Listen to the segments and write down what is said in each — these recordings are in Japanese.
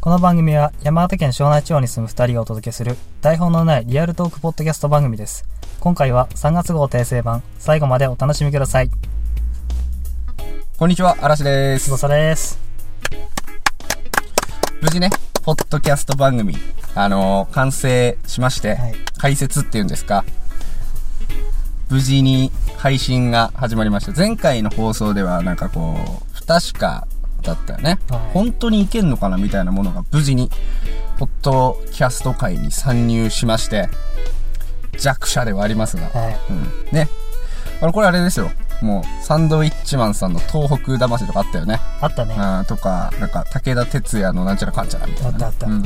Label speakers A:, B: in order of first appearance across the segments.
A: この番組は山形県庄内地方に住む2人がお届けする台本のないリアルトークポッドキャスト番組です今回は3月号訂正版最後までお楽しみください
B: こんにちは、嵐です
A: ご。さです
B: 無事ね、ポッドキャスト番組、あのー完成しまして、
A: はい
B: 解説っていうんですか、無事に配信が始まりました。前回の放送では、なんかこう、不確かだったよね。
A: はい
B: 本当にいけんのかなみたいなものが無事に、ポッドキャスト界に参入しまして、弱者ではありますが、
A: は
B: うん。ね。あの、これあれですよ。もう、サンドウィッチマンさんの東北魂とかあったよね。
A: いあったね
B: あーとか、なんか、武田鉄矢のなんちゃらかんちゃらみたいな、
A: あったあった
B: うん。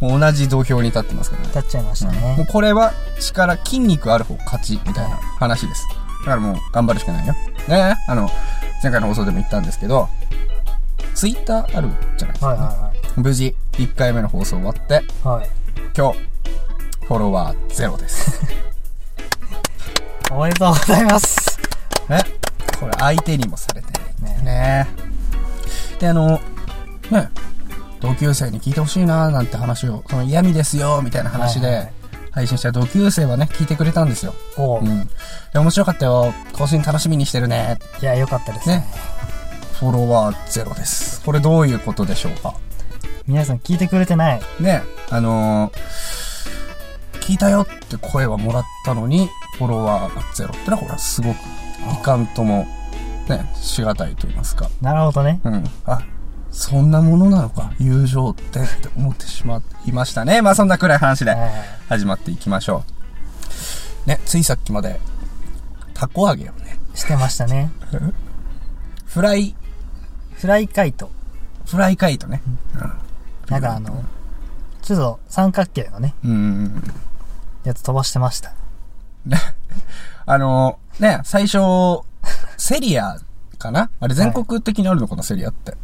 B: もう同じ土俵に立ってますからね。
A: 立っちゃいました
B: もう
A: ね
B: これは力、筋肉ある方勝ち、みたいな話です。だからもう頑張るしかないよ。ねあの、前回の放送でも言ったんですけど、ツイッターあるじゃないですか。
A: はいは
B: 無事、1回目の放送終わって、
A: いはいはい
B: 今日、フォロワーゼ ロです。
A: おめでとうございます
B: ね。これ相手にもされてないんだよね。で、あの、ね、同級生に聞いてほしいなーなんて話を、その嫌味ですよーみたいな話
A: はいはいは
B: で
A: い
B: 配信した同級生はね、聞いてくれたんですよ。
A: おう、
B: う
A: い
B: ん。で、面白かったよ。更新楽しみにしてるね。
A: や良かったですね
B: ね。フォロワーゼロです。これどういうことでしょうか
A: 皆さん聞いてくれてない
B: ね、あのー聞いたよって声はもらったのに、フォロワーがゼロってのは、これはすごく、いかんとも、ね、しがたいと言いますか。
A: なるほどね
B: うん。あ、そんなものなのか、友情ってって思ってしまいましたね。まあそんなくらい話で
A: はい
B: 始まっていきましょう。ね、ついさっきまで、たこ揚げをね、
A: してましたね
B: フライ、
A: フライカイト
B: フライカイトね。
A: なんかあのちょっと三角形のね
B: うんうん。
A: やつ飛ばしてました
B: あの、ね、最初、セリアかなあれ全国的にあるのかな、セリアって。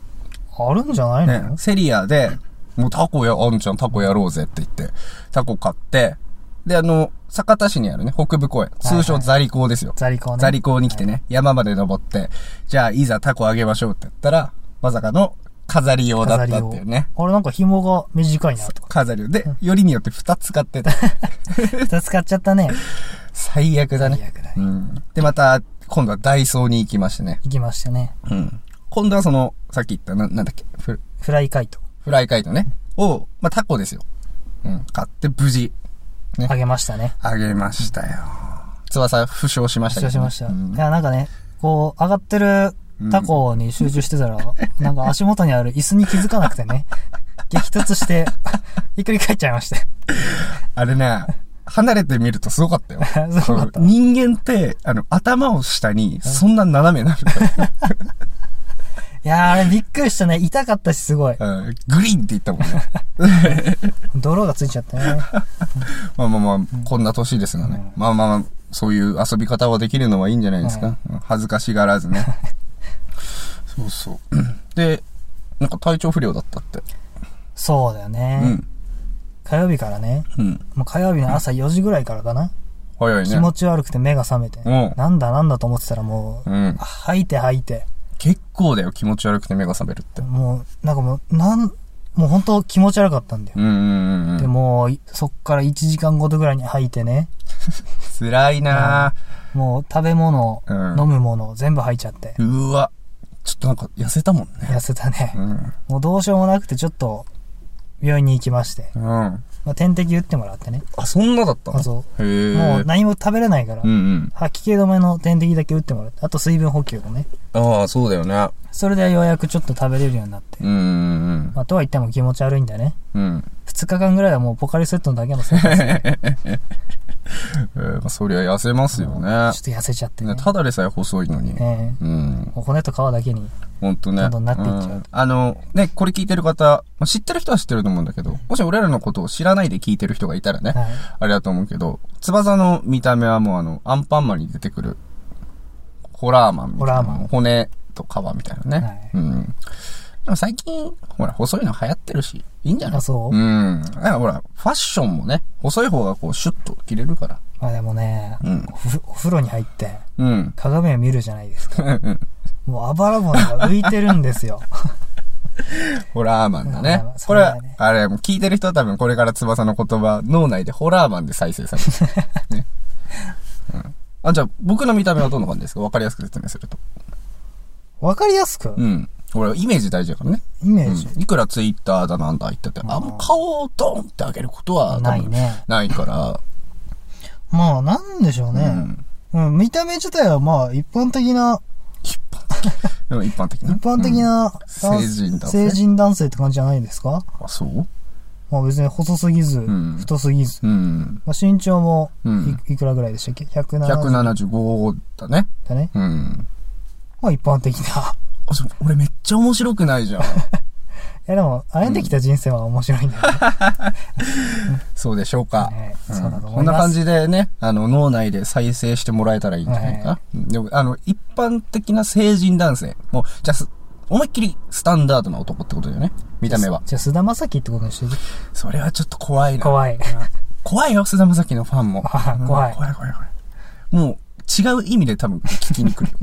A: あるんじゃない
B: ね
A: の、、
B: セリアで、もうタコや、あんちゃんタコやろうぜって言って、タコ買って、で、あの、酒田市にあるね、北部公園、通称ザリ港ですよ。
A: ザリコね
B: ザリ港に来てね、山まで登って、じゃあいざタコあげましょうって言ったら、まさかの飾り用だったっていうね。
A: あれなんか紐が短いなとか。
B: 飾り用。で、よりによって2つ買ってた。
A: 二つ買っちゃったね。
B: 最悪だ
A: 最
B: ね。
A: 悪だ
B: う
A: ね。
B: ん。で、また、今度はダイソーに行きましてね。
A: 行きましたね。
B: うん。今度はその、さっき言った、な、なんだっけ、フ
A: フライカイト。
B: フライカイトね。を、まあ、タコですよ。うん。買って無事、ね
A: あげましたね。
B: あげましたよ。翼、負傷しました
A: 失礼しました。
B: う
A: い
B: ん
A: や、なんかね、こう、上がってるタコに集中してたら、なんか足元にある椅子に気づかなくて ね、激突して、ひっくり返っちゃいました。
B: あれね、離れてみるとすごかったよ。
A: すごかった
B: うん人間って、あの、頭を下に、そんな斜めになるか
A: いやー、あれびっくりしたね。痛かったし、すごい。
B: ら、うんグリーンって言ったもんね。
A: 泥がついちゃったね。
B: まあまあまあ、こんな年ですがね。まあまあまあ、そういう遊び方はできるのはいいんじゃないですか。うん恥ずかしがらず ね。そうそう。 で、なんか体調不良だったって。
A: そうだよ
B: う
A: ね。
B: ん。
A: 火曜日からね、
B: うん。
A: もう火曜日の朝4時ぐらいからかな。
B: 早いね。
A: 気持ち悪くて目が覚めて。
B: うん
A: なんだなんだと思ってたらもう、
B: うん。
A: 吐いて吐いて。
B: 結構だよ、気持ち悪くて目が覚めるって。
A: もう、なんかもう、なん、もう本当気持ち悪かったんだよ。
B: うんうんうんう
A: で
B: ん。
A: もう、いそっから1時間ごとぐらいに吐いてね、
B: 辛いな
A: もう食べ物、
B: うん
A: 飲むもの、全部吐いちゃって、
B: ぁ。うわ。ちょっとなんか痩せたもんね。
A: 痩せたね
B: う。ん。
A: もうどうしようもなくて、ちょっと、病院に行きまして、
B: うん。
A: まあ、点滴打ってもらってね。
B: あ、そんなだったの
A: あそ
B: へ
A: う。
B: ぇ
A: もう何も食べれないから
B: うん、うん。
A: 吐き気止めの点滴だけ打ってもらって、あと水分補給もね。
B: ああ、そうだよね。
A: それでようやくちょっと食べれるようになって。
B: うんうん
A: まあ、とは言っても気持ち悪いんだね。
B: うん。うん。
A: 2日間ぐらいはもうポカリスエットだけの生活ちょっ
B: えーまあ、そりゃ痩せますよね。
A: と痩せちゃってね
B: ね。ただでさえ細いのに。
A: ええ
B: うん。
A: もう骨と皮だけに。
B: ほんとね。
A: どんどんなっていっちゃうん
B: あの、ね、これ聞いてる方、まあ、知ってる人は知ってると思うんだけど、もし俺らのことを知らないで聞いてる人がいたらね、
A: はい。
B: あれだと思うけど、翼の見た目はもうあの、アンパンマンに出てくる、ホラーマンみたいな。
A: ホラーマン
B: 骨と皮みたいなね。
A: はい
B: うん。でも最近、ほら、細いの流行ってるし、いいんじゃない
A: あ、そう、
B: うん。だからほら、ファッションもね、細い方がこう、シュッと着れるから。
A: まあでもね、
B: うん。
A: おふお風呂に入って、
B: うん。
A: 鏡を見るじゃないですか。
B: うん
A: もうあばら骨が浮いてるんですよ。
B: ホラーマンだね
A: うん。
B: これ
A: そうだね、
B: あれ、もう聞いてる人は多分これから翼の言葉、脳内でホラーマンで再生され る。ね。うん。あ、じゃあ、僕の見た目はどんな感じですかわかりやすく説明すると。
A: わかりやすく、
B: うん。これ、イメージ大事だからね。
A: イメージ。
B: うん。いくらツイッターだなんだ言ったって、あんま顔をドンって上げることは多
A: ない
B: 分
A: ね。
B: ないから。
A: まあ、なんでしょう
B: う
A: ね。
B: ん。
A: うん、見た目自体はまあ、一般的な、
B: 一般的。でも一般的な。
A: 一般的
B: うん。
A: な、男
B: 成人だ
A: 成人男性って感じじゃないですか
B: あ、そう
A: まあ別に細すぎず、
B: ん
A: 太すぎず。
B: うん。
A: まあ身長も
B: うん
A: い、いくらぐらいでしたっけ ?170
B: 175だね。
A: だね。
B: うん。
A: まあ一般的な。
B: あ、そう、俺めっちゃ面白くないじゃ ん。
A: いやでも、歩んできた人生は面白いんだよね。
B: そうでしょうか。
A: ね
B: うん
A: そうだと思います。
B: こんな感じでね、あの、脳内で再生してもらえたらいいんじゃないかな。うんでも、あの、一般的な成人男性。もう、じゃあす、思いっきりスタンダードな男ってことだよね。見た目は。
A: じゃあ、菅田将暉ってことにして、
B: それはちょっと怖いな。
A: 怖い。
B: 怖いよ、菅田将暉のファンも。
A: あ
B: うん
A: 怖い
B: 怖い怖い怖い。もう、違う意味で多分聞き に来るよ。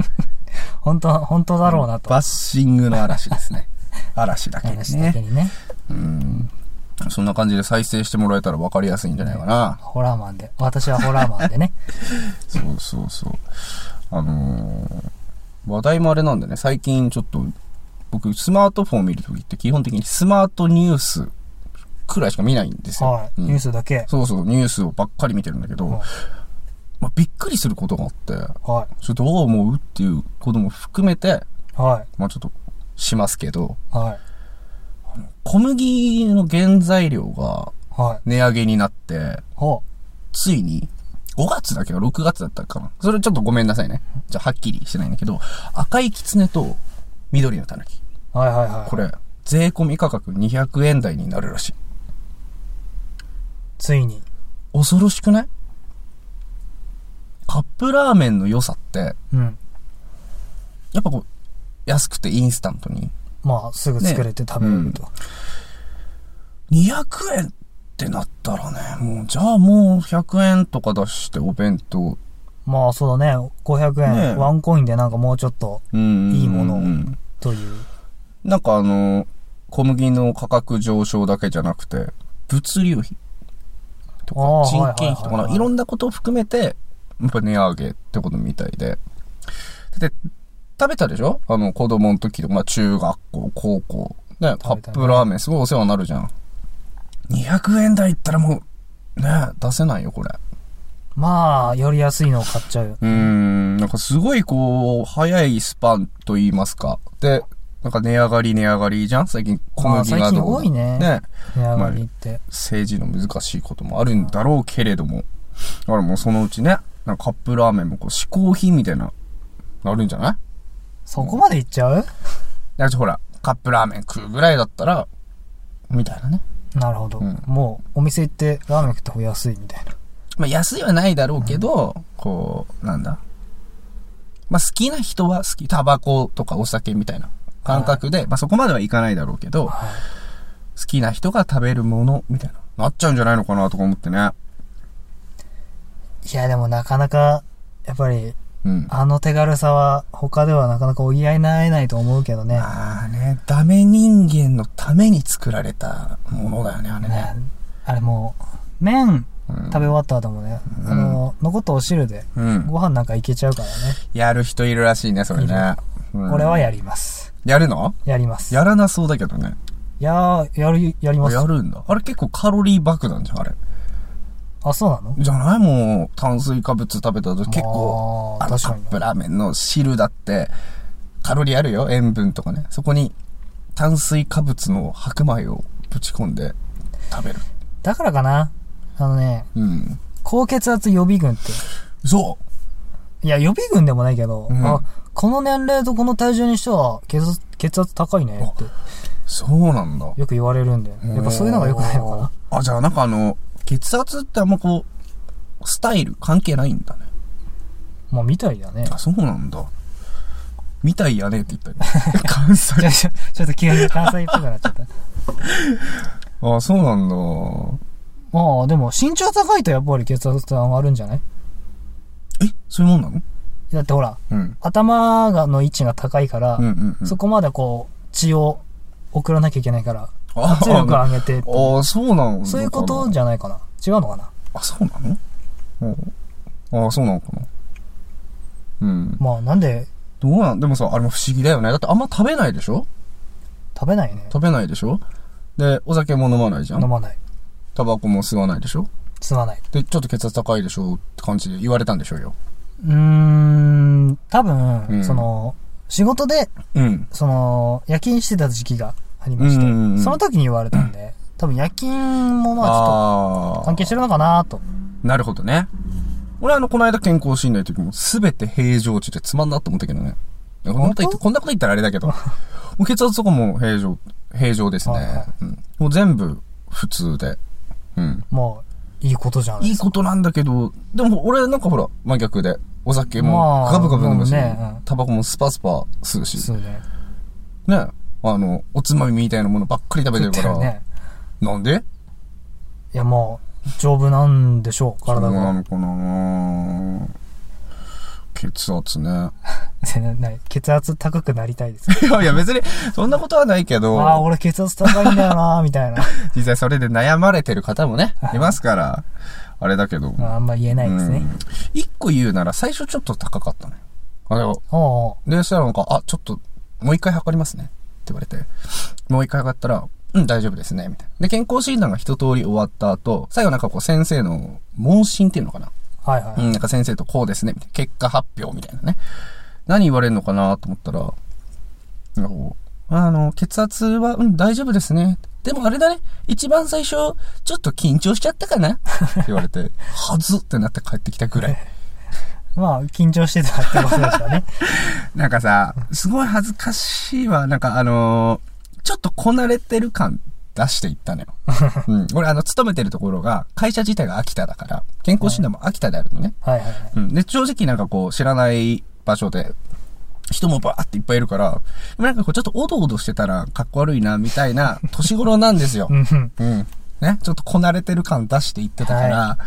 A: 本当、本当だろうなと。
B: バッシングの嵐ですね。嵐だけです
A: 話だけ
B: ね。
A: にね。
B: うん。そんな感じで再生してもらえたら分かりやすいんじゃないかな。
A: ホラーマンで。私はホラーマンで ね。
B: そうそうそう。あのー話題もあれなんでね、最近ちょっと、僕、スマートフォン見るときって基本的にスマートニュースくらいしか見ないんですよ。
A: はい。
B: うん
A: ニュースだけ。
B: そうそう、ニュースをばっかり見てるんだけど、
A: はい
B: まあ、びっくりすることがあって、
A: は
B: それどう思うっていうことも含めて、
A: い。は
B: まあちょっと、しますけど、
A: い。はい。
B: 小麦の原材料が
A: はい。
B: 値上げになって、
A: ほ
B: ついに、5月だけど6月だったかな。それちょっとごめんなさいね。じゃあはっきりしてないんだけど、赤いキツネと緑のタヌキ。
A: う。はいはいはい。
B: これ、税込み価格200円台になるらしい。
A: ついに。
B: 恐ろしくないカップラーメンの良さって、
A: うん。
B: やっぱこう、安くてインスタントに。
A: まあ、すぐ作れて食べれると。
B: 200円ってなったらね、もう、じゃあもう100円とか出してお弁当。
A: まあ、そうだね。500円、
B: ねえ
A: ワンコインでなんかもうちょっと、
B: うん
A: いいものを
B: うん
A: という。
B: なんかあの、小麦の価格上昇だけじゃなくて、物流費とか
A: あ、ー
B: 人件
A: はいはい
B: 費と
A: はい
B: か
A: は
B: な、
A: い
B: いろんなことを含めて、やっぱ値上げってことみたいで。で、食べたでしょあの、子供の時とか、まあ中学校、高校。ね、カ
A: 食べた
B: ップラーメンすごいお世話になるじゃん。200円台いったらもう、ね、出せないよ、これ。
A: まあ、より安いのを買っちゃうよ。
B: うーん、なんかすごいこう、早いスパンと言いますか。で、なんか値上がり値上がりじゃん最近小麦
A: まあ
B: が
A: 最近
B: どうだ
A: 多いね
B: ね。
A: 値上がりって。
B: 政治の難しいこともあるんだろうけれども。だからもうそのうちね、なんかカップラーメンもこう、嗜好品みたいな、なるんじゃない
A: そこまでいっちゃう
B: だってほら、カップラーメン食うぐらいだったら、みたいなね。
A: なるほど。
B: うん
A: もう、お店行ってラーメン食った方が安いみたいな。
B: まあ安いはないだろうけど、こう、なんだ。まあ好きな人は好き。タバコとかお酒みたいな感覚で、まあそこまではいかないだろうけど、
A: はい
B: 好きな人が食べるものみたいな、なっちゃうんじゃないのかなとか思ってね。
A: いや、でもなかなか、やっぱり、
B: うん。
A: あの手軽さは、他ではなかなか補い合えないと思うけどね。
B: ああね、ダメ人間のために作られたものだよね、あれね。
A: ねあれもう、麺、
B: うん
A: 食べ終わった後もね、あの、残ったお汁で、
B: うん。
A: ご飯なんかいけちゃうからね。
B: やる人いるらしいね、それね。うん
A: 俺はやります。
B: やるの
A: やります。
B: やらなそうだけどね。
A: いやー、やる、やります
B: や。るんだ。あれ結構カロリー爆弾じゃん、あれ。
A: あ、そうなの
B: じゃないもう、炭水化物食べたと結構、
A: あ
B: あ
A: ー
B: の
A: 確
B: カ
A: かに
B: ップラーメンの汁だって、カロリーあるよ、塩分とかね。そこに、炭水化物の白米をぶち込んで食べる。
A: だからかな。あのね、
B: うん。
A: 高血圧予備軍って。
B: そ
A: いや、予備軍でもないけど、
B: うん
A: あ、この年齢とこの体重にしては血圧、血圧高いねって
B: うそうなんだ。
A: よく言われるんで、やっぱそういうのが良くないのかな。
B: あ、じゃあなんかあの、血圧ってあんまこう、スタイル関係ないんだね。
A: まあ、みたい だね。
B: あ、そうなんだ。みたいやねって言った よ。関西
A: ちょ、ちょ、ちょっと急に関西っぽくなっちゃった。
B: あ、そうなんだ。
A: まあ、で も身長高いとやっぱり血圧って上がるんじゃない
B: え、そういうもんなの
A: だってほら、
B: うん。
A: 頭がの位置が高いから、
B: うんうんうん。
A: そこまでこう、血を送らなきゃいけない から、
B: あ
A: 圧力上げ てっていう、
B: ああ、そうなの
A: そういうことじ
B: ゃ。
A: ゃないかな。違うのかな。
B: あ、そうなのうんああ、そうなのかな。うん。
A: まあ、なんで
B: どうなんでもさ、あれも不思議だよね。だってあんま食べないでしょ
A: 食べないね。
B: 食べないでしょで、お酒も飲まないじゃ
A: 飲
B: ん
A: まない。
B: タバコも吸わないでしょ
A: 吸わない。
B: で、ちょっと血圧高いでしょって感じで言われたんでしょうよ。
A: うーん、多分、
B: うん
A: その、仕事で、
B: うん。
A: その、夜勤してた時期がありまして、
B: うんうんうん
A: その時に言われたんで、多分夜勤もまあ、ちょっ
B: あ
A: と
B: あ
A: 関係してるのかなと。
B: なるほどね。俺あの、この間健康診断の時も、すべて平常値でつまんなと思ったけどね。こんなこと言って、こんなこと言ったらあれだけど。もう血圧とかも平常、平常です
A: はいは
B: ね
A: い。
B: うん、もう全部普通で。うん。
A: もう、いいことじゃない
B: い
A: で
B: い
A: すか。
B: ことなんだけど、でも俺なんかほら、真逆で、お酒
A: ま
B: も
A: あ
B: ガブガブ飲むし、
A: 飲むねうん
B: タバコもスパスパ吸うし、
A: そうね。
B: ね。あの、おつまみみたいなものばっかり食べ
A: 食
B: てる
A: って
B: から、
A: るね。
B: なんで
A: いや、もう、丈夫なんでしょう、
B: そう
A: 体
B: な
A: が。
B: のかな血圧ね。
A: ない血圧高くなりたいです。
B: い やいや別に、そんなことはないけ
A: あ
B: ど、
A: あ、俺血圧高いんだよな、みた いな。
B: 実際それで悩まれてる方もね、いますから、あれだけど。
A: まああんま言えないです
B: う
A: ね
B: ん。一個言うなら、最初ちょっと高かったね。あれを、
A: おうおう
B: で、そしたらなんか、あ、ちょっと、もう一回測りますね。って言われて、もう一回測ったら、うん、大丈夫ですね。みたいな。で、健康診断が一通り終わった後、最後なんかこう先生の問診っていうのかな。
A: はいは
B: う
A: い。
B: ん、なんか先生とこうですね、みたいな。結果発表みたいなね。何言われるのかなと思ったら、なんかこう、あの、血圧は、うん、大丈夫ですね。でもあれだね、一番最初、ちょっと緊張しちゃったかなって言われて、 はずってなって帰ってきたぐらい。
A: まあ、緊張してたってことでしたね。
B: なんかさ、すごい恥ずかしいわ。なんかあのーちょっとこなれてる感出していったのよ。うん。俺あの、勤めてるところが、会社自体が秋田だから、健康診断も秋田であるのね。
A: はいはいはい。
B: うん。で、正直なんかこう、知らない場所で、人もバーっていっぱいいるから、でもなんかこう、ちょっとおどおどしてたら、かっこ悪いな、みた いな、年頃なんですよ
A: う。んうん。
B: うん。ね、ちょっとこなれてる感出していってたから、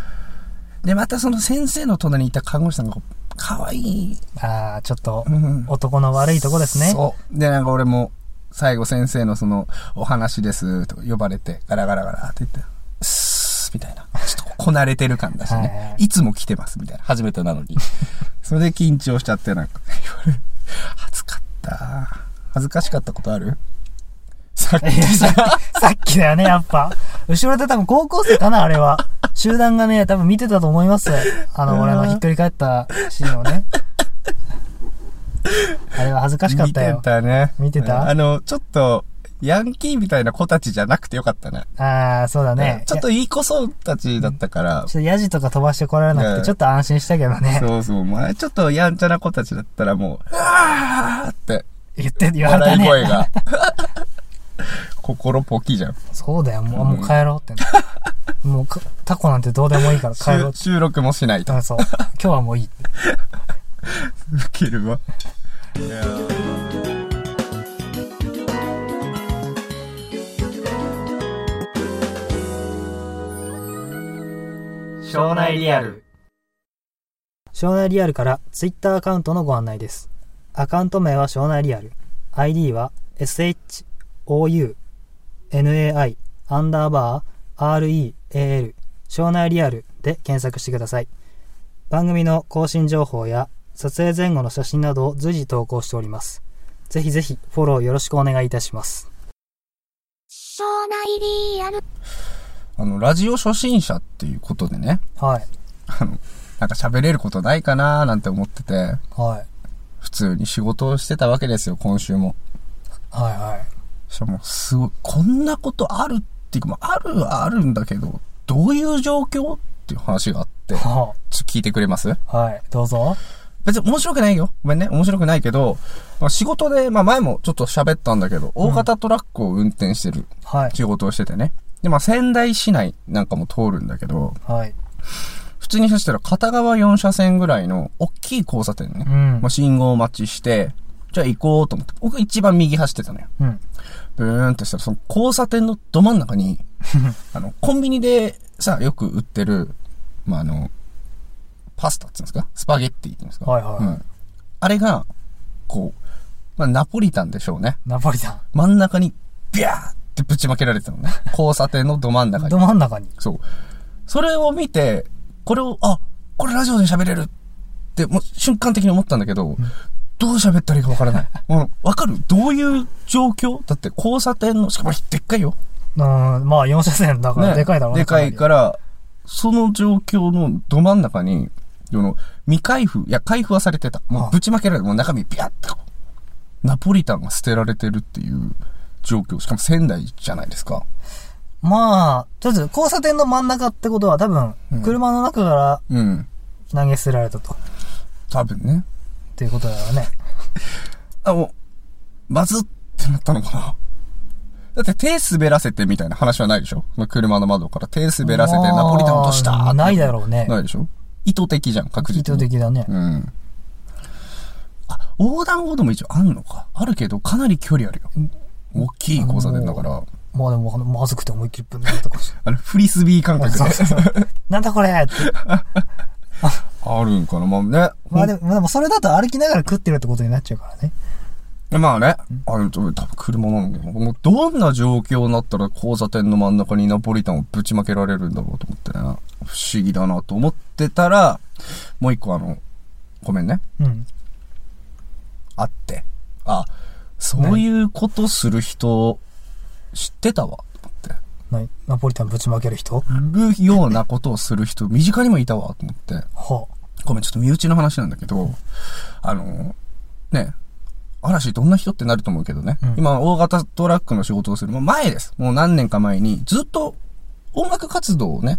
B: で、またその先生の隣にいた看護師さんがこう、かわいい、
A: ああ、ちょっと
B: う、ん、
A: 男の悪いとこですね。
B: そう。で、なんか俺も、最後先生のその、お話です、とか呼ばれて、ガラガラガラって言って、すーみたいな。ちょっとこなれてる感だし
A: はい
B: ね
A: は。
B: いつも来てます、みたいな。初めて なのに。それで緊張しちゃって、なんか、言われる恥ずかった。恥ずかしかったことあるさっき
A: いやさっきさっきだよ ね、やっぱ。後ろで多分高校生かな、あれは。集団がね、多分見てたと思います。あの、俺のひっくり返ったシーンを ね。あれは恥ずかしかった
B: 見
A: よ
B: て。たね。
A: 見てた
B: あの、ちょっと、ヤンキーみたいな子たちじゃなくてよかったね。
A: ああ、そうだね。
B: ちょっといい子そうたちだったから
A: いや、ちょっとヤジとか飛ばしてこられなく
B: ね
A: て、ちょっと安心したけどね。
B: そうそう、前ちょっとやんちゃな子たちだったらもう、うわーって、
A: 言って、言われ
B: 笑
A: た
B: い声
A: ね。
B: が。心ポキじゃん。
A: そうだよ、もう、もう帰ろうってね。もうか、タコなんてどうでもいいから帰ろうっ
B: 収
A: て。
B: 収録もしないと。
A: うん そう。今日はもういいって。
B: ウケるわ。いやー
A: 庄内リアル庄内リアルからツイッターアカウントのご案内ですアカウント名は庄内リアル ID は SHOUNAI アンダーバー REAL 庄内リアルで検索してください番組の更新情報や撮影前後の写真などを随時投稿しておりますぜひぜひフォローよろしくお願いいたします
C: 庄内リアル
B: あの、ラジオ初心者っていうことでね、
A: はい
B: あの、なんか喋れることないかなーなんて思ってて、
A: はい
B: 普通に仕事をしてたわけですよ、今週も。
A: はいはい
B: しかも、すごい、こんなことあるっていうか、まあ、あるはあるんだけど、どういう状況っていう話があって、
A: は
B: ちょっと聞いてくれます
A: あはいどうぞ
B: 別に面白くないよ。ごめんね。面白くないけど、まあ、仕事で、まあ前もちょっと喋ったんだけど、大型トラックを運転してる
A: はい
B: 仕事をしててね。で、まあ仙台市内なんかも通るんだけど、
A: はい
B: 普通に走ったら片側4車線ぐらいの大きい交差点ね。
A: うん
B: まあ信号待ちして、じゃあ行こうと思って、僕一番右走ってたのよ。
A: うん
B: ブーンってしたら、その交差点のど真ん 中に、あの、コンビニでさ、よく売ってる、まあ、あの、パスタって言うんですかスパゲッティって言うんですか
A: はいはい
B: うん。あれが、こう、まあ、ナポリタンでしょうね。
A: ナポリタン。
B: 真ん中にビャーってぶちまけられてたのね。交差点のど真ん中に
A: ど。真ん中に。
B: そう。それを見て、これを、あ、これラジオで喋れるって、もう瞬間的に思ったんだけど、どう喋ったらいいか わからない。もうわかるどういう状況だって交差点の、しかもでっかいよ。
A: うん、まあ4車線だから
B: ね
A: でかいだろうね。
B: でかい
A: な
B: から、その状況のど真ん中に、その、未開封、いや、開封はされてた。も
A: ああ
B: うぶちまけられて、もう中身ビャッと。ナポリタンが捨てられてるっていう状況。しかも仙台じゃないですか。
A: りまあ、とりあえず交差点の真ん中ってことは多分、車の中から
B: うん。
A: 投げ捨てられたと。っ
B: 多分ね。
A: ていうことだよね。
B: あ、もう、まずってなったのかな。だって手滑らせてみたいな話はないでしょまあ車の窓から手滑らせて
A: まあ
B: ナポリタン落としたって
A: ないだろうね。
B: ないでしょ意図的じゃん、確実に。
A: 意図的だね。
B: うん。あ、横断歩道も一応あるのか。あるけど、かなり距離あるよ。大きい交差点だから、
A: まあでも、あのまずくて思いっきりぶん投げたかも し
B: あれ、フリスビー感
A: れない
B: 覚
A: そう
B: で。
A: そうそうなんだこれって。
B: あるんかな。まあね。
A: まあでも、まあでもそれだと歩きながら食ってるってことになっちゃうからね。
B: まあね。あれ、ちょ多分車なんだけど、もうどんな状況になったら交差点の真ん中にナポリタンをぶちまけられるんだろうと思ってね。不思議だなと思ってたら、もう一個あの、ごめんね。
A: うん。
B: あって。あ、そういうことする人、知ってたわ。と思って。
A: なナポリタンぶちまける人は
B: るようなことをする人、身近にもいたわ、と思って。
A: あ
B: ごめん、ちょっと身内の話なんだけど、あの、ね、嵐どんな人ってなると思うけどね。
A: うん
B: 今、大型トラックの仕事をする。もう前です。もう何年か前に、ずっと音楽活動をね、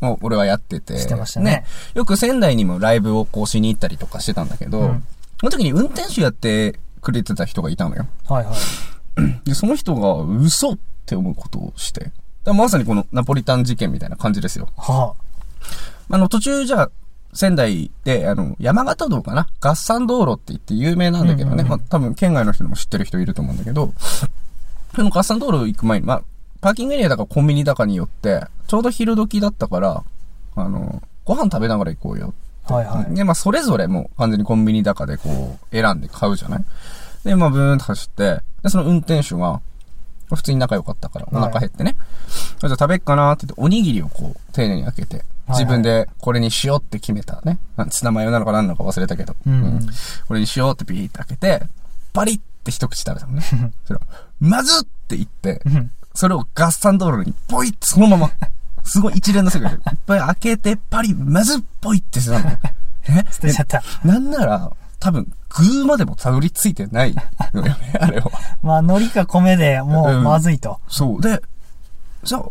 B: もう俺はやってて。
A: してましたね
B: よく仙台にもライブをこうしに行ったりとかしてたんだけど、
A: うん
B: その時に運転手やってくれてた人がいたのよ。
A: はいはい。
B: で、その人が嘘って思うことをして。だからまさにこのナポリタン事件みたいな感じですよ。
A: は
B: あの、途中じゃあ、仙台で、あの、山形道かな合算道路って言って有名なんだけどね。
A: うんうんうん
B: まあ、多分県外の人でも知ってる人いると思うんだけど、 その合算道路行く前に、まあ、パーキングエリアだかコンビニだかによって、ちょうど昼時だったから、あの、ご飯食べながら行こうよ
A: あ。はいはい。
B: で、まあ、それぞれもう完全にコンビニ高でこう、選んで買うじゃないで、まあ、ブーンと走って、で、その運転手が、普通に仲良かったから、お腹減ってね。じゃあ食べっかなって言って、おにぎりをこう、丁寧に開けて、
A: いはい
B: 自分でこれにしようって決めたね。なんツナマヨなのか何なのか忘れたけど、
A: うん
B: これにしようってビーって開けて、パリって一口食べたの ね。それを、まずっって言って、
A: ん
B: それを合算道路にポイってそのま ま、すごい一連の世界で、いっぱい開けて、パリ、まずっぽいってしたの。ね
A: 捨てちゃった。
B: なんなら、多分、グーまでもたどり着いてないのよね、あれは。
A: まあ、海苔か米でもうまずいと。
B: そう。で、じゃあ、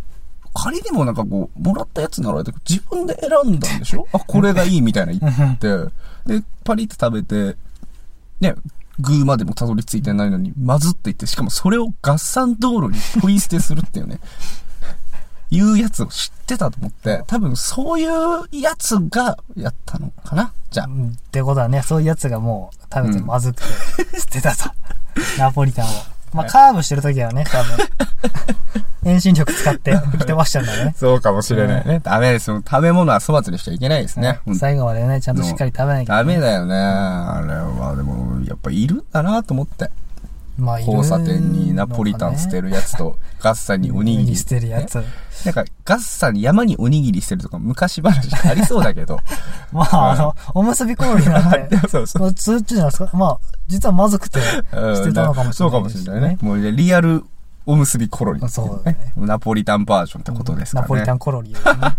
B: 仮にもなんかこう、もらったやつならあれだけど自分で選んだんでしょあ、これがいいみたいな言 って、で、パリって食べて、ね、グーまでもたどり着いてないのに、まずって言って、しかもそれを合算道路にポイ捨てするっていうね、 いうやつを知ってたと思って、多分そういうやつがやったのかなじゃあ
A: う。んってことはね、そういうやつがもう食べてまずくて、捨てた と。ナポリタンを。まあ、カーブしてる時だよね、多 分。遠心力使って吹き飛ばしちゃうんだよね。
B: そうかもしれないね。ダメですよ。食べ物は粗末にしちゃいけないですね。本当
A: 最後までね、ちゃんとしっかり食べなきゃ。
B: ダメだよね。あれは、でも、やっぱいるんだなと思って。
A: まあ、いる
B: 交差点にナポリタン捨て
A: る。
B: るやつと、ガッサンにお
A: お
B: に
A: にぎ
B: ぎり
A: り捨てるや
B: ね。
A: つ。
B: なんか、ガッサンに山におにぎり捨てるとか、昔話ありそうだけど。
A: まあ、あの、おむすび氷なん て、
B: そうそう。
A: まあ通知じゃないですか。まあ、実はまずくて
B: うん
A: 捨てたのかもしれないですね
B: そうかもしれないね。もう、リアルおむすびコロリ、
A: そうだね。
B: ナポリタンバージョンってことですかね。
A: ナポリタンコロリーをね。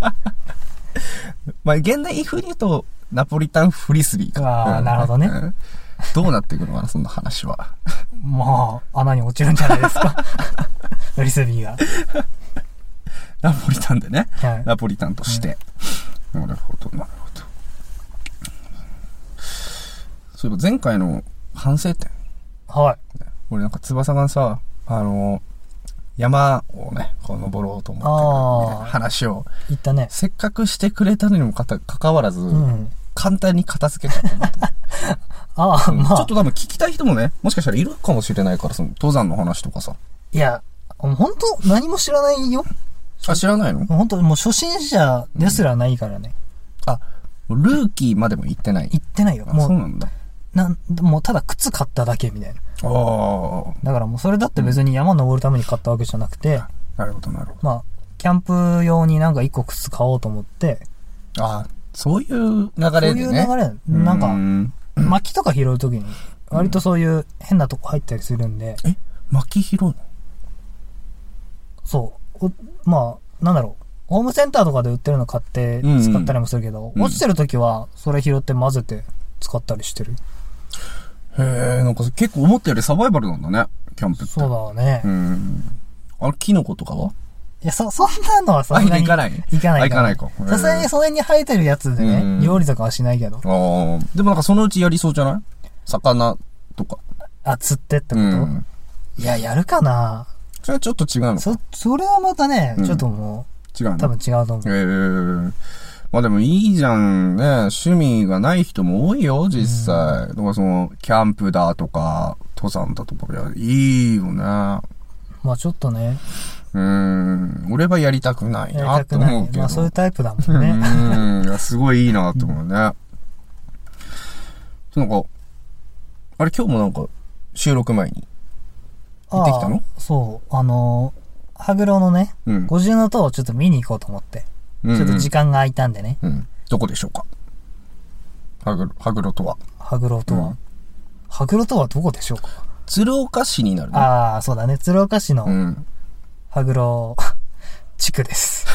B: まあ、現代風に言うと、ナポリタンフリスビーか。
A: あーなるほどね
B: んどうなっていくのかな、そんな話は。
A: まあ、穴に落ちるんじゃないですか。 フリスビーが。
B: ナポリタンでね。
A: はい。
B: ナポリタンとして。なるほど、なるほど。そういえば前回の反省点。
A: はい。
B: 俺なんか翼がさ、あの、山をね、こう登ろうと思ってるみたいな
A: あー
B: 話を、
A: 言ったね。
B: せっかくしてくれたのにもかた関わらず、
A: うん。
B: 簡単に片付けちゃったなと
A: ああ、
B: 思っ
A: ま
B: て。ちょ
A: あ
B: っ、と多分聞きたい人もね、もしかしたらいるかもしれないから、その登山の話とかさ。
A: いや、本当何も知らないよ。
B: あ、知らないの
A: 本当もう初心者ですらないからね。
B: あ、ルーキーまでも行ってない。
A: 行ってないよ。
B: あ、そう
A: も
B: なんだ。
A: う、なん、もうただ靴買っただけみたいな。
B: ああ。
A: だからもうそれだって別に山登るために買ったわけじゃなくて、
B: なるほど、なるほ
A: まあ、キャンプ用になんか一個靴買おうと思って、
B: ど。ああ、そういう流
A: そうい
B: れ
A: う
B: で
A: 流
B: ね。
A: れ、なんか、
B: ん
A: 薪とか拾うときに、割とそういう変なとこ入ったりするんで、
B: え、薪拾うの
A: そう、おまあ、なんだろう。ホームセンターとかで売ってるの買って
B: うんうん
A: 使ったりもするけど、
B: うん
A: 落ちてるときはそれ拾って混ぜて使ったりしてる。
B: へえ、なんか結構思ったよりサバイバルなんだね、キャンプって。
A: そうだわね。
B: うん。あれ、キノコとかはい
A: や、そ、そんなのはさ
B: あ、
A: すがに。
B: 行かない。
A: 行かない。
B: 行かないか。へえ
A: さすがにそれに生えてるやつで
B: う
A: ね
B: ん、
A: 料理とかはしないけど。
B: ああ。でもなんかそのうちやりそうじゃない魚とか。
A: あ、釣ってってこと、
B: うん。
A: いや、やるかな
B: それはちょっと違うの
A: そ、それはまたね、
B: うん
A: ちょっとも
B: 違う
A: う、多
B: の
A: 分違うと思う。
B: ええまあでもいいじゃんね。趣味がない人も多いよ、実際。だからその、キャンプだとか、登山だとか、いやいいよね。
A: まあちょっとね、
B: うん。俺はやりたくない
A: やり
B: な
A: たく
B: と
A: な
B: 思う
A: い。
B: けど。
A: まあそういうタイプだもんね。
B: うんいや。すごいいいなと思うね。なんか、あれ今日もなんか、収録前に。行ってきたの
A: ああそう、あのー、羽黒のね、
B: うん。
A: 五重の塔をちょっと見に行こうと思って。
B: うんうん
A: ちょっと時間が空いたんでね、
B: うん。どこでしょうかはぐろ、はぐろとは。
A: 羽黒と
B: う
A: は
B: ん。
A: 羽黒とはどこでしょうか
B: 鶴岡市になるね。
A: ああ、そうだね。鶴岡市
B: う
A: の
B: ん。
A: 羽黒 地区です。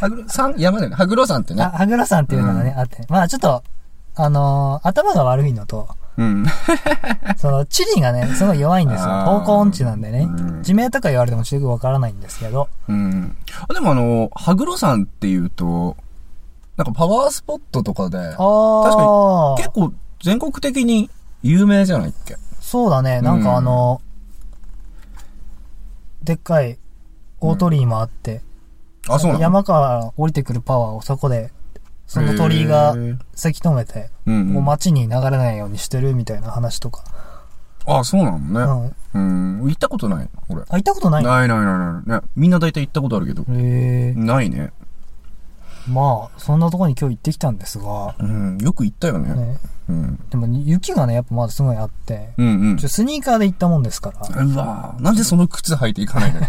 B: はぐろ、山山だよね。はぐろ山って
A: あ、
B: ね。
A: 羽黒山っていうのがね、あって。まあちょっと、あのー頭が悪いのと、
B: うん。
A: その、地理がね、すごい弱いんですよ。
B: あー
A: 方向音痴なんでね
B: う。ん
A: 地名とか言われてもちょっとよくわからないんですけど。
B: うん。あでもあの、はぐろ山っていうと、なんかパワースポットとかで、
A: ああ、
B: 結構全国的に有名じゃないっけ
A: そうだね。なん
B: う
A: か
B: ん
A: あのーでっかい大鳥居もあって、
B: あ、そうなの
A: 山から降りてくるパワーをそこで、その鳥居が
B: へー
A: せき止めて、
B: うん。
A: もう街に流れないようにしてるみたいな話とか。
B: あ、そうな
A: う
B: のね。
A: ん。あ、
B: うん。行ったことない、俺。
A: 行ったことないへ
B: ないないないない。ね。みんな大体行ったことあるけど。
A: え。
B: ないね。
A: まあ、そんなとこに今日行ってきたんですが、
B: うん。よく行ったよね。
A: ね、
B: うん。
A: でも雪がね、やっぱまだすごいあって、
B: うんうん
A: ちょ。スニーカーで行ったもんですから。いう
B: わぁ、なんでその靴履いていかない の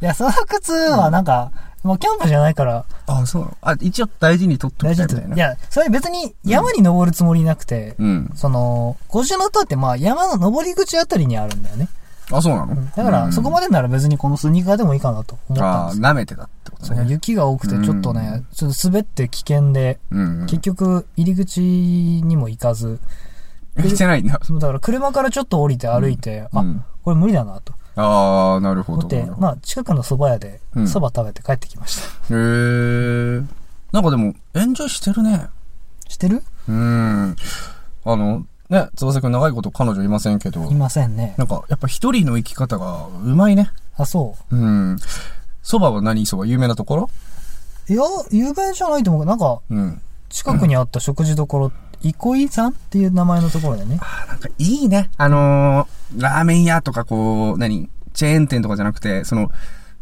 A: や、その靴はなんか、もうキャンプじゃないから
B: あ、そうなのあ、一応大事に取っと
A: 大
B: きた
A: 丈
B: いみ
A: 夫
B: たいな。
A: いや、それ別に山に登るつもりなくて、
B: うん。
A: その、五重の塔ってまあ山の登り口あたりにあるんだよね。
B: あ、そうなの、
A: だから、そこまでなら別にこのスニーカーでもいいかなと思っ
B: で。
A: たんで
B: ああ、
A: すよ。
B: 舐めてたってこと
A: その
B: ね。
A: 雪が多くてちょっと
B: う
A: ね、ちょっと滑って危険で、
B: うん、うん。
A: 結局入り口にも行かず、
B: してないんだ。
A: そのだから車からちょっと降りて歩いて、
B: う
A: あ、
B: ん、
A: これ無理だなと
B: ああ、なるほ
A: 思
B: ど。
A: って、
B: なるほど
A: まあ近くの蕎麦屋で
B: うん
A: 蕎麦食べて帰ってきました。
B: へえ。なんかでも、エンジョイしてるね。
A: してる
B: うん。あの、ね、翼くん長いこと彼女いませんけど
A: い、ませんね。
B: なんか、やっぱ一人の生き方がうまいね。
A: あ、そ
B: うん。蕎麦は何蕎麦有名なところ
A: う。いや、有名じゃないと思うけど、なんか
B: うん。
A: 近くにあった食事処、憩いさんっていう名前のところでね。
B: なんかいいね。あのー、ラーメン屋とかこう、何チェーン店とかじゃなくて、その、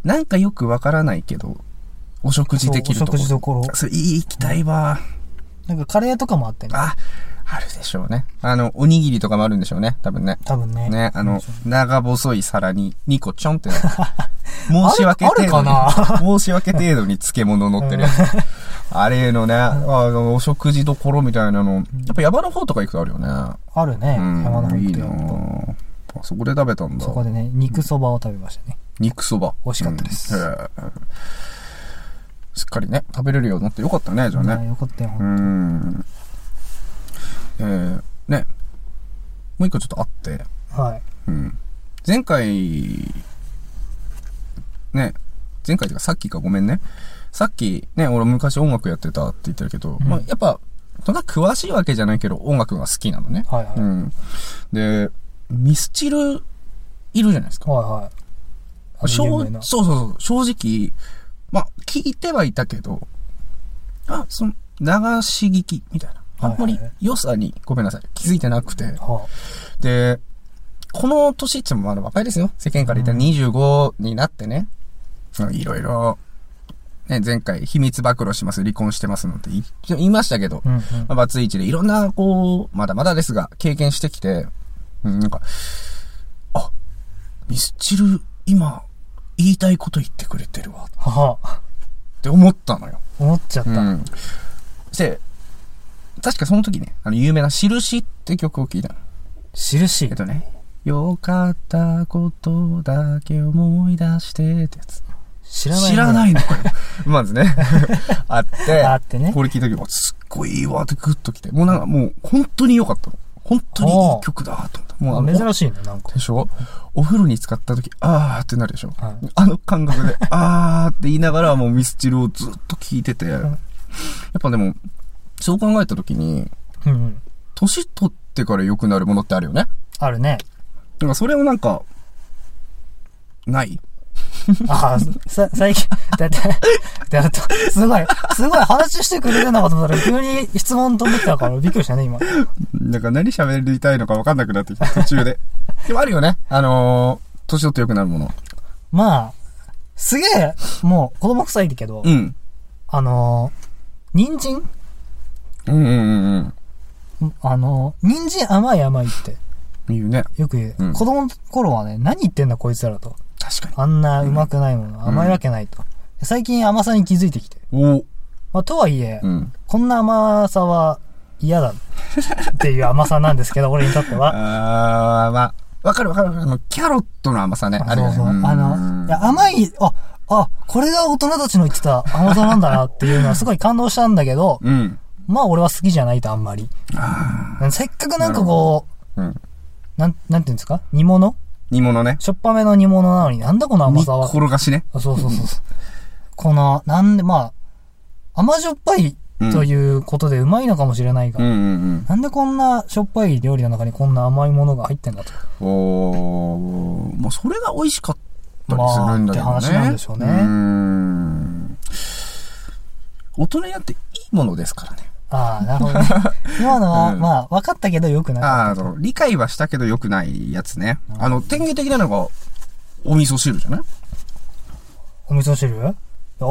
B: なんかよくわからないけど、お食事できるとこ
A: そうお食事処。
B: それいい、行きたいわ。
A: なんかカレーとかもあってね。
B: あ、あるでしょうね。あの、おにぎりとかもあるんでしょうね。多分ね。
A: 多分ね。
B: ね、あの、長細い皿に2個ちょんってな って。申し訳
A: ある
B: 程度
A: あるか
B: に、申し訳程度に漬物乗ってる やつ。あれのね、あの、お食事どころみたいなの、やっぱ山の方とか行くとあるよね。
A: あるね。
B: うん、
A: 山の方
B: い
A: 行
B: い
A: く
B: な
A: と
B: ぁあそこで食べたんだ
A: そ。こでね、肉そばを食べましたね。
B: 肉そば。
A: 美味しかったです
B: うんへえすっかりね、食べれるようになってよかったね、じゃあ
A: あ
B: ね。
A: よかったよ。
B: うん。えー、ね。もう一個ちょっとあって。
A: はい。
B: うん。前回、ね、前回というかさっきかごめんね。さっきね、俺昔音楽やってたって言ってるけど、
A: うん
B: まあやっぱ、そんな詳しいわけじゃないけど音楽が好きなのね。
A: はいはい。
B: うん。で、ミスチル、いるじゃないですか。
A: はいはい。あの
B: 正
A: 有名
B: そう
A: な
B: そうそう、正直、まあ、聞いてはいたけど、あ、その、流し聞きみたいな。あんま
A: は
B: り
A: いはいはい
B: 良さに、ごめんなさい、気づいてなくて。
A: は
B: で、この年ってもまだ若いですよ。世間から言ったら25になってね。うんいろいろ、ね、前回、秘密暴露します、離婚してますなんて言い言いましたけど、
A: あ、うんうん。
B: まあバツイチでいろんな、こう、まだまだですが、経験してきて、うん、なんか、あ、ミスチル、今、言いたいこと言ってくれてるわ、っ
A: はあ、
B: て思ったのよ。
A: 思っちゃった。
B: うん。で、確かその時ね、あの、有名な、印って曲を聴いたの。
A: 印
B: えっ。とね、よかったことだけ思い出して、ってやつ。
A: 知らない。。
B: 知らないいのこれ。 まずね、あって、
A: あってね
B: これ聞いた時、あすっごいいいわってグッときて、もうなんかもう、本当に良かったの。本当にいい曲だと思った。もうあの、
A: 珍しいね、なんか
B: で。しょお風呂に使った時、あーってなるでしょ、
A: はい
B: あの感覚 で、あーって言いながらもうミスチルをずっと聞いてて、やっぱでも、そう考えた時に、
A: うんうん。
B: 年取ってから良くなるものってあるよね。
A: あるね。
B: なんかそれをなんか、ない
A: ああ、さ、最近、だって、だって、すごい、すごい話してくれるのかと思ったら、急に質問飛んできたから、びっくりしたね、今。
B: なんか何喋りたいのか分かんなくなってきた、途 中で。でもあるよね。あのー、年取って良くなるもの。
A: まあ、すげえ、もう、子供臭いけど、
B: うん。
A: あのー、人参
B: うんうんうん
A: あのー、人参甘い甘いって、
B: うん。言うね。
A: よく言う。
B: うん
A: 子供の頃はね、何言ってんだこいつらと。
B: 確かに。
A: あんなうまくないもの、甘いわけないと。最近甘さに気づいてきて。
B: おー
A: まあ、とはいえ、
B: うん。
A: こんな甘さは嫌だっていう甘さなんですけど、俺にとって は。
B: あー、まあ、わかるわかる。あの、キャロットの甘さね。あるよ
A: そう
B: ね。
A: そう。あ
B: ん
A: の、いや甘い、あ、あ、これが大人たちの言ってた甘さなんだなっていうのはすごい感動したんだけど、
B: うん。
A: まあ俺は好きじゃないとあんまり。せっかくなんかこう、
B: うん。
A: なん、なんていうんですか煮物
B: 煮物ね。
A: しょっぱめの煮物なのになんだこの甘
B: 煮っ
A: さは。
B: 転がしね。
A: あそうそうそうそう。この、なんで、まあ、甘じょっぱいということでうまいのかもしれないが、
B: うんうん
A: なんでこんなしょっぱい料理の中にこんな甘いものが入ってんだと。
B: うん。おー、まあ、それが美味しかったりするんだけどね。
A: まあって話なんでしょうね
B: うーん。大人になっていいものですからね。
A: ああ、なるほどね。 今のは、
B: うん
A: まあ、分かったけどよくなかっ
B: ああ、そう。理解はしたけど良くないやつね。あの、典型的なのが、お味噌汁じゃない
A: た。お味噌汁いやあ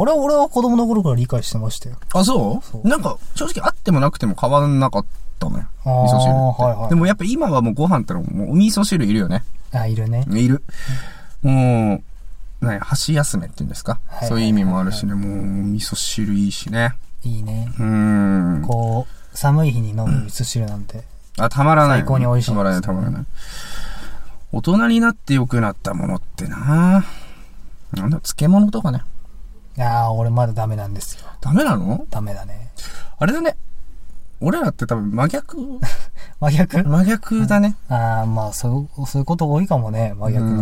A: れは俺は子供の頃から理解してましたよ。
B: あ、そう
A: そう
B: なんか、正直あってもなくても変わんなかったのよ。
A: あ
B: 味
A: ー
B: 噌汁って。
A: はいはい
B: でもやっぱ今はもうご飯ったらもうお味噌汁いるよね。
A: あ、いるね。
B: いる。もう、なんや箸休めって言うんですか、
A: はい
B: そういう意味もあるしね、もう、味噌汁いいしね。
A: いいね。
B: うーん。
A: こう、寒い日に飲む味噌汁なんて。
B: あ、たまらない。
A: 最高に美味しい
B: たまらない、たまらない。大人になって良くなったものってななんだ、漬物とかね。
A: ああ、俺まだダメなんですよ。
B: ダメなの
A: ダメだね。
B: あれだね。俺らって多分真 逆、
A: 真逆
B: 真逆だね。
A: ああ、まあ、そう、そういうこと多いかもね、真
B: うー
A: 逆の。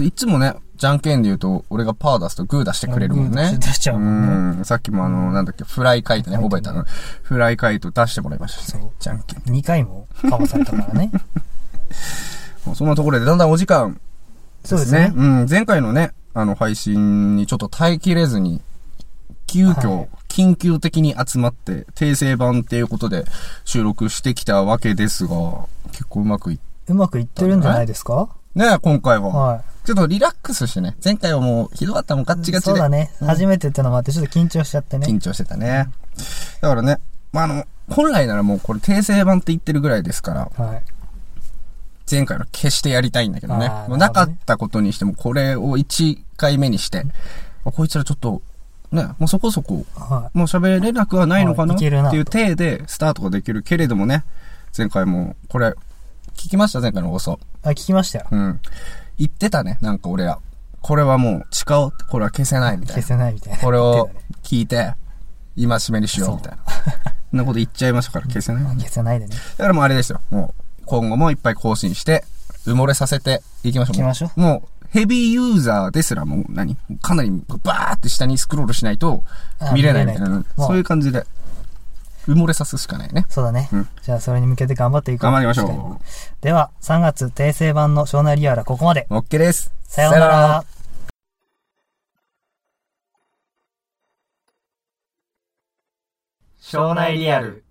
B: ん。いつもね、じゃんけんで言うと、俺がパー出すとグー出してくれるもん
A: う
B: ね。
A: 出しちゃうもんね。
B: うん。さっきもあの、なんだっけ、フライカイトね、覚えたの。フライカイト出してもらいましたね
A: そう。
B: じゃんけん。
A: 2回もかわされたから ね。
B: もうそんなところでだんだんお時間
A: そう
B: で
A: です
B: すね
A: ね。。
B: うん。前回のね、あの、配信にちょっと耐えきれずに、急
A: は
B: 遽
A: い、
B: 緊急的に集まって、訂正版っていうことで収録してきたわけですが、結構うまくいっ
A: うまくいってるんじゃないですか
B: ねえ、今回は。
A: は
B: ちょっとリラックスしてね。前回はもうひどかったもん、ガッチ
A: い。
B: ガチ
A: そう
B: で
A: だ。ね。初めてってのもあって、ちょっと緊張しちゃってね。
B: 緊張してたね。だからね、まあ、あの、本来ならもうこれ訂正版って言ってるぐらいですから、
A: はい。
B: 前回の消してやりたいんだけどね。
A: あー
B: もう
A: な
B: な
A: るほど
B: か
A: ね
B: ったことにしても、これを1回目にして、あこいつらちょっと、ね、もうそこそこ、
A: は
B: もう喋れなくはないのかな
A: あ
B: っ
A: い
B: て
A: けるなと
B: いう体でスタートができるけれどもね、前回も、これ、聞きました前回の放送。
A: い。あ、聞きましたよ。
B: うん。言ってたね、なんか俺ら。これはもう誓おうって、これは消せないみた
A: 消
B: いな。
A: せないみたいな。
B: これ
A: 言っ
B: を
A: てたね
B: 聞いて、今しめにしようみたいな。そんなこと言っちゃいましたから消せない。だ
A: 消せないでね。
B: からもうあれですよ。もう、今後もいっぱい更新して、埋もれさせていきましょう。
A: 行きましょ
B: う。もう、ヘビーユーザーですらもう何かなりバーって下にスクロールしないと
A: あ
B: 見れないみたい
A: 見れな。
B: ない
A: と
B: そういう感じで、埋もれさすしかないね。
A: そうだね。
B: うん
A: じゃあ、それに向けて頑張っていこう。
B: 頑張りましょう
A: 確かにでは、3月訂正版の庄内リアルはここまで。
B: OK です。
A: さようなら。
D: 庄内リアル